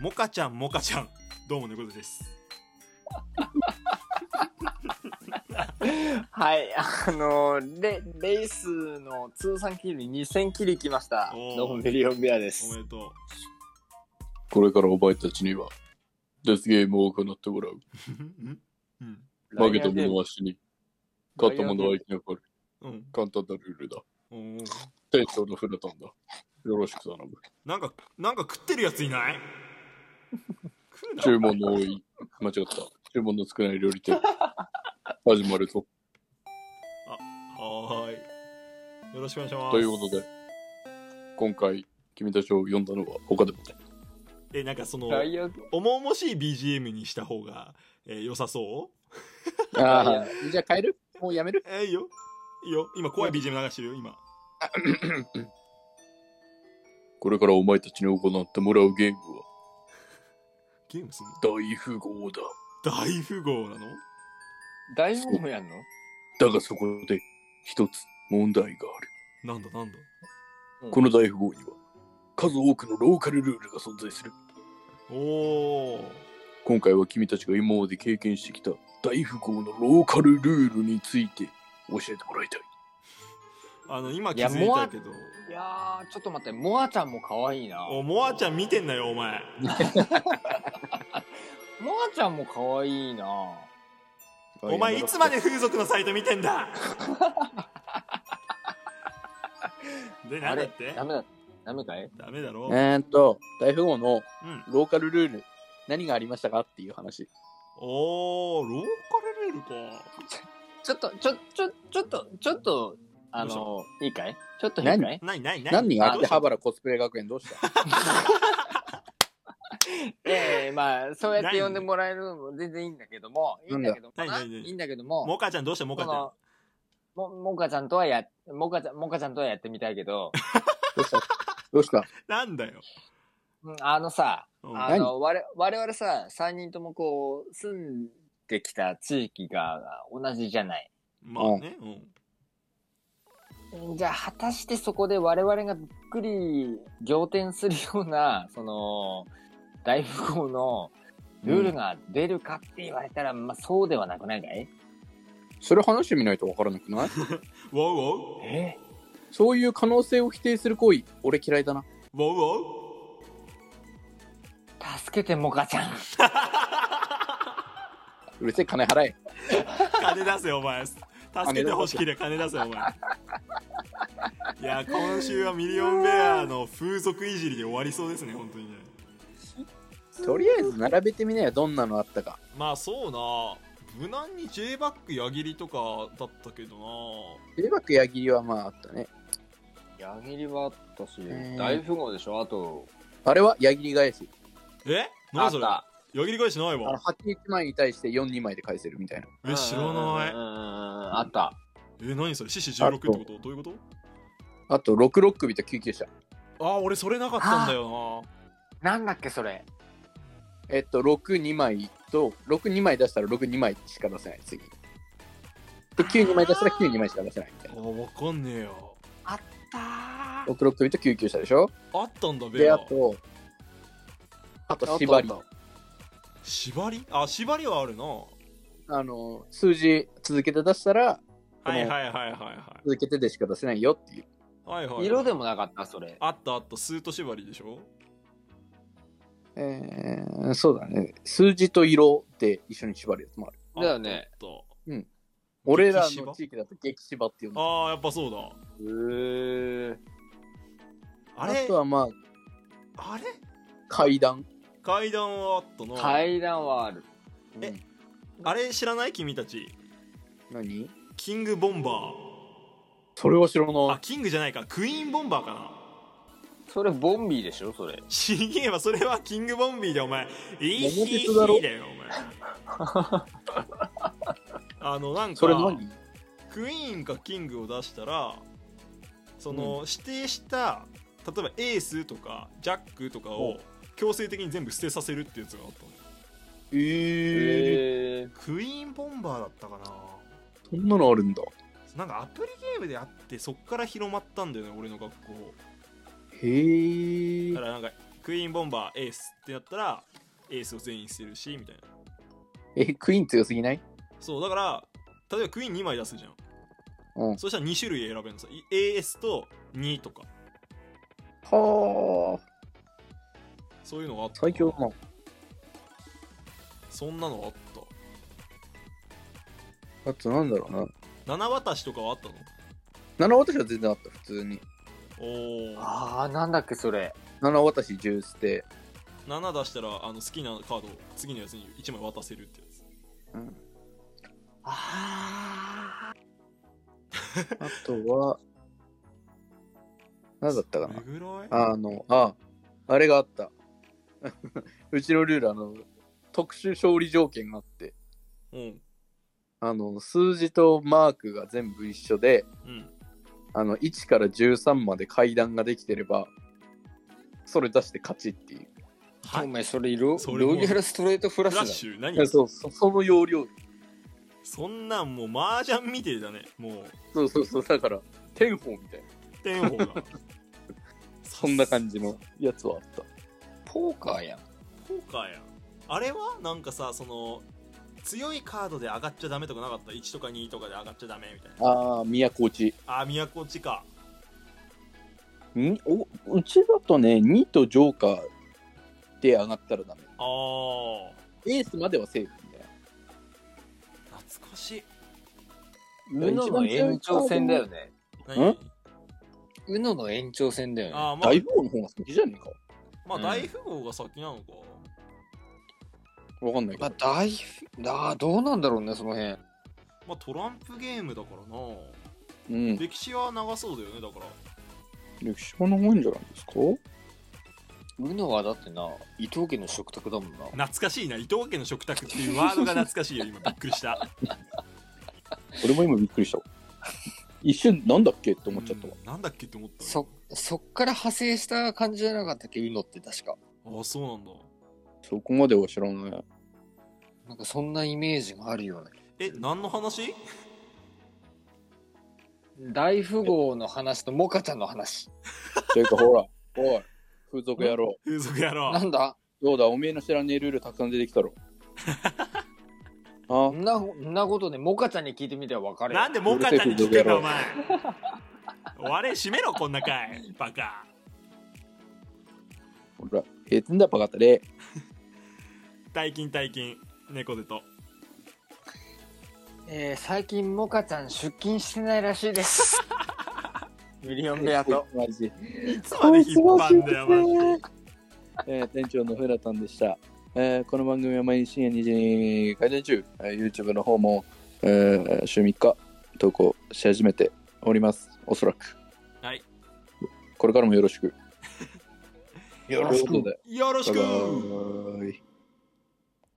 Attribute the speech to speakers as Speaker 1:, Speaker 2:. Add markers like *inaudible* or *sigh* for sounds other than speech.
Speaker 1: モカちゃんモカちゃんどうも猫背です
Speaker 2: *laughs* はい、あのレ、レースの通算切り2000切りきました
Speaker 1: おー。
Speaker 2: どうもミリオンベアで
Speaker 1: お
Speaker 2: す。
Speaker 1: めでと
Speaker 3: これからお前たちには、デスゲームを行ってもらう。
Speaker 1: うんうん
Speaker 3: 負けた者は死に、勝った者は生き残る。
Speaker 1: うん
Speaker 3: 簡単なルールだ。
Speaker 1: おー
Speaker 3: 店長のフラタンだ。よろしく頼む。
Speaker 1: なんかなんか食ってるやついない食うな
Speaker 3: 注文の多い、間違った。注文の少ない料理店。始まるぞ。
Speaker 1: はーいよろしくお願いします
Speaker 3: ということで、今回、君たちを呼んだのは他でもない。
Speaker 1: えなんかその
Speaker 2: ライアン、
Speaker 1: 重々しい BGM にした方が、えー良さそう
Speaker 3: あ
Speaker 2: いやじゃあ変えるもうやめる
Speaker 1: えー、いいよいいよ今怖い BGM 流してるよ今
Speaker 3: これからお前たちに行ってもらうゲームは
Speaker 1: ゲームすんの
Speaker 3: 大富豪だ。
Speaker 1: 大富豪なの
Speaker 2: 大丈夫やんの
Speaker 3: だがそこで一つ問題がある。
Speaker 1: なんだなんだ
Speaker 3: この大富豪には数多くのローカルルールが存在する。
Speaker 1: おー
Speaker 3: 今回は君たちが今まで経験してきた大富豪のローカルルールについて教えてもらいたい。
Speaker 1: あの今
Speaker 2: い
Speaker 1: 気
Speaker 2: や
Speaker 1: づいたけど
Speaker 2: いやー、ちょっと待って、モアちゃんも可愛いな。
Speaker 1: おモアちゃん見てんなよお前
Speaker 2: モアちゃんも可愛いな。
Speaker 1: お前いつまで風俗のサイト見てんだで
Speaker 2: あ
Speaker 1: なんだっ
Speaker 2: れ
Speaker 1: て
Speaker 2: ダメだ。ダメかい
Speaker 1: ダメだろ
Speaker 4: えー、っと、大富豪の
Speaker 1: うん
Speaker 4: ローカルルール、何がありましたかっていう話。
Speaker 1: おーローカルルールか
Speaker 2: ちょっと、ちょ、ちょ、ちょっと、ちょっと、あ
Speaker 1: ど
Speaker 2: の、いいかいちょっと変
Speaker 4: 何
Speaker 2: か
Speaker 1: 何
Speaker 2: い
Speaker 1: 何何
Speaker 4: 何があ
Speaker 1: ど
Speaker 4: って、
Speaker 1: うした
Speaker 4: ハバラコスプレ学園どうした
Speaker 2: ええまあ、そうやって呼んでもらえるのも全然いいんだけども、いいんだけども
Speaker 1: なんだ
Speaker 2: な、
Speaker 1: 何何何
Speaker 2: いいんだけども、
Speaker 1: モカちゃんどうしたモカちゃん
Speaker 2: そのも、もかちゃんとはや、もかちゃん、もかちゃんとはやってみたい
Speaker 1: *laughs*
Speaker 2: けど、
Speaker 4: どうしたどうした
Speaker 1: なんだよ、
Speaker 2: うんあのさ、
Speaker 1: うん
Speaker 2: あの、我我々さ、3人ともこう、住んできた地域が同じじゃない。
Speaker 1: まあね、うん
Speaker 2: じゃあ、果たしてそこで我々がびっくり仰天するような、 *laughs* その、大富豪のルールが出るかって言われたら、まあそうではなくないかい
Speaker 4: それ話してみないとわからなくな
Speaker 1: ウォ
Speaker 4: い
Speaker 1: ウォウ
Speaker 2: え
Speaker 4: そういう可能性を否定する行為、俺嫌いだな。
Speaker 1: ウォウウォウ
Speaker 2: 助けて、もかちゃ *laughs* ん。
Speaker 4: うるせえ、金払え。
Speaker 1: 金出せお前助けてほしけりゃ金出せお前いや今週はミリオンベアの風俗いじりで終わりそうですね本当にね
Speaker 4: とりあえず並べてみなよ、どんなのあったか。
Speaker 1: まあそうな無難に J バック矢切とかだったけどな
Speaker 4: テレバック矢切りはまああったね。
Speaker 2: 矢切はあったし
Speaker 4: えー、
Speaker 2: 大富豪でしょあと、
Speaker 4: あれは矢切り返し。
Speaker 1: え
Speaker 2: あ
Speaker 1: 何
Speaker 2: っ
Speaker 1: それ
Speaker 2: た。
Speaker 1: 矢切返しない
Speaker 4: あの
Speaker 1: わ
Speaker 4: 8日前に対して42枚で返せるみたいな。
Speaker 1: え知らない
Speaker 2: うんうんうんうんあった。
Speaker 1: え何それ獅子16ってことどういうこと
Speaker 4: あと6ロックビと救急車。
Speaker 1: ああ俺それなかったんだよ
Speaker 2: なんだっけ、それ。
Speaker 4: えっと、62枚と、62枚出したら62枚しか出せない、次。で、92枚出したら92枚しか出せないみたい
Speaker 1: な
Speaker 4: な。
Speaker 1: あーわかんねえよ
Speaker 2: あったー。
Speaker 4: 6ロックビと救急車でしょ
Speaker 1: あったんだベ
Speaker 4: で、
Speaker 1: ア
Speaker 4: あと、あと縛り。
Speaker 1: 縛りあ縛りはあるなは
Speaker 4: あの、数字続けて出したら、
Speaker 1: いはいはいはいはい
Speaker 4: 続けてでしか出せないよっていう。
Speaker 1: はいはいはい
Speaker 2: 色でもなかった、それ。
Speaker 1: あったあったスート縛りでしょ
Speaker 4: えー、そうだね。数字と色で一緒に縛るやつもある。
Speaker 2: だよね
Speaker 1: あったあった
Speaker 4: 俺ら
Speaker 1: 激
Speaker 4: の
Speaker 1: 縛
Speaker 4: 地域だと激縛って呼んでる
Speaker 1: ああやっぱそうだ
Speaker 2: へー。
Speaker 1: あ
Speaker 4: あ
Speaker 1: れ
Speaker 4: とはまあ、
Speaker 1: あれ
Speaker 4: 階段。
Speaker 1: 階段はあったな、
Speaker 2: 階段はある。
Speaker 1: えあれ知らない君たち
Speaker 4: 何
Speaker 1: キングボンバ
Speaker 4: それは知ら
Speaker 1: ー
Speaker 4: な
Speaker 1: あキングじゃないかクイーンボンバーかな
Speaker 2: それ、ボンビーでしょ、それ。
Speaker 1: ちげえわそれはキングボンビーでお前いい
Speaker 4: 桃
Speaker 1: ひ
Speaker 4: 鉄だろ
Speaker 1: いだよお前あのなん
Speaker 4: い。
Speaker 1: か
Speaker 4: それ何
Speaker 1: クイーンかキングを出したらその指定した例えばエースとかジャックとかを強制的に全部捨てさせるってやつがあったの
Speaker 4: えー、
Speaker 2: へー。
Speaker 1: クイーンボンバーだったかな
Speaker 4: そんなのあるんだ。
Speaker 1: なんかアプリゲームであってそっから広まったんだよね俺の学校
Speaker 4: へえ
Speaker 1: だか。らなんかクイーンボンバーエースってなったらエースを全員捨てるしみたいな
Speaker 4: え、クイーン強すぎない
Speaker 1: そうだから例えばクイーン2枚出すじゃん、
Speaker 4: うん
Speaker 1: そしたら2種類選べるのさい AS と2とか
Speaker 4: はあ、
Speaker 1: そういうのがあった
Speaker 4: 最強だな。
Speaker 1: そんなのあった
Speaker 4: あとなんだろうな。
Speaker 1: 七渡しとかはあったの
Speaker 4: 七渡しは全然あった、普通に。
Speaker 1: おお
Speaker 2: ああ、なんだっけ、それ。
Speaker 4: 七渡し10捨て。
Speaker 1: 7出したらあの好きなカードを次のやつに1枚渡せるってやつ
Speaker 4: うん。
Speaker 2: あ
Speaker 4: あとは、何だったか
Speaker 1: ど
Speaker 4: な
Speaker 1: れ。ぐらい
Speaker 4: あの、あ、あれがあった。 *laughs* うちのルール、あの、特殊勝利条件があって、
Speaker 1: うん
Speaker 4: あの、数字とマークが全部一緒で、
Speaker 1: うん
Speaker 4: あの、1から13まで階段ができてれば、それ出して勝ちっていう。
Speaker 2: あ。
Speaker 1: は
Speaker 2: お
Speaker 1: い
Speaker 2: 前、それ、ロ
Speaker 1: それも
Speaker 2: ロイヤルストレートフラ
Speaker 1: フ
Speaker 2: ッシュ
Speaker 1: ラ
Speaker 2: だ
Speaker 1: ッシュ何
Speaker 4: いやそう、そその要領。
Speaker 1: そんなんもう麻雀みてえだねもう
Speaker 4: そうそうそう、だから、天砲みたいな。
Speaker 1: 天保が
Speaker 4: *laughs* そんな感じのやつはあった。
Speaker 2: ポーカーやん。
Speaker 1: ポーカーやんあれはなんかさその強いカードで上がっちゃダメとかなかった1とか2とかで上がっちゃダメみたいな
Speaker 4: ああ、宮古内。
Speaker 1: ああ宮古地か
Speaker 4: んおうちだとね、2とジョーカーで上がったらダメ。
Speaker 1: あー
Speaker 4: エースまではセーフみたいな。
Speaker 1: 懐かしい
Speaker 2: ウノの延長戦だよね。
Speaker 1: 何
Speaker 4: ん
Speaker 2: ウノの延長戦だよね。
Speaker 1: あーまあ
Speaker 4: 大富豪の方が先じゃねえか。
Speaker 1: まあ
Speaker 2: うん
Speaker 1: 大富豪が先なのか、
Speaker 4: わかんないけ
Speaker 2: まあ
Speaker 4: ど。、
Speaker 2: 大、あーどうなんだろうね、その辺。
Speaker 1: まあトランプゲームだからな
Speaker 4: うん。
Speaker 1: 歴史は長そうだよねだから
Speaker 4: 歴史も長いんじゃないですか
Speaker 2: ウノはだってな、伊藤家の食卓だもんな。
Speaker 1: 懐かしいな伊藤家の食卓っていうワードが懐かしいよ
Speaker 4: *laughs*
Speaker 1: 今びっくりした
Speaker 4: 俺も今びっくりした。 *laughs* 一瞬なんだっけって思っちゃったわ。
Speaker 1: うんなんだっけって思った
Speaker 2: そ、そっから派生した感じじゃなかったっけ、ウノって確か。
Speaker 1: ああそうなんだ
Speaker 4: そこまでは知らない。
Speaker 2: なんかそんなイメージがあるよね。
Speaker 1: え何の話 *laughs*
Speaker 2: 大富豪の話とモカちゃんの話。
Speaker 4: というかほら、おい、風俗野郎。
Speaker 1: 風俗野郎
Speaker 2: なんだ
Speaker 4: どうだ、おめえの知らねえルールたくさん出てき
Speaker 1: *laughs*
Speaker 4: たろ。あ
Speaker 2: そ、んな、そんなことね、モカちゃんに聞いてみては分かるよ
Speaker 1: なんでモカちゃんに聞くんだお前終われ閉めろこんな回バカ
Speaker 4: ほら、えつんだバカったれ。
Speaker 1: 大金大金猫でと
Speaker 2: えー最近モカちゃん出勤してないらしいです。 *laughs* ミリオンベアと。
Speaker 4: マジ。
Speaker 1: いつまで引っ張んだよマジで
Speaker 4: えー店長のフラタンでした、えーこの番組は毎日深夜2時に開店中、えー YouTube の方も、えー週3日投稿し始めておりますおそらく
Speaker 1: はい *laughs*
Speaker 4: これからもよろしく
Speaker 2: よ
Speaker 4: ということで
Speaker 1: よろし
Speaker 4: バイ
Speaker 1: く
Speaker 4: バーイ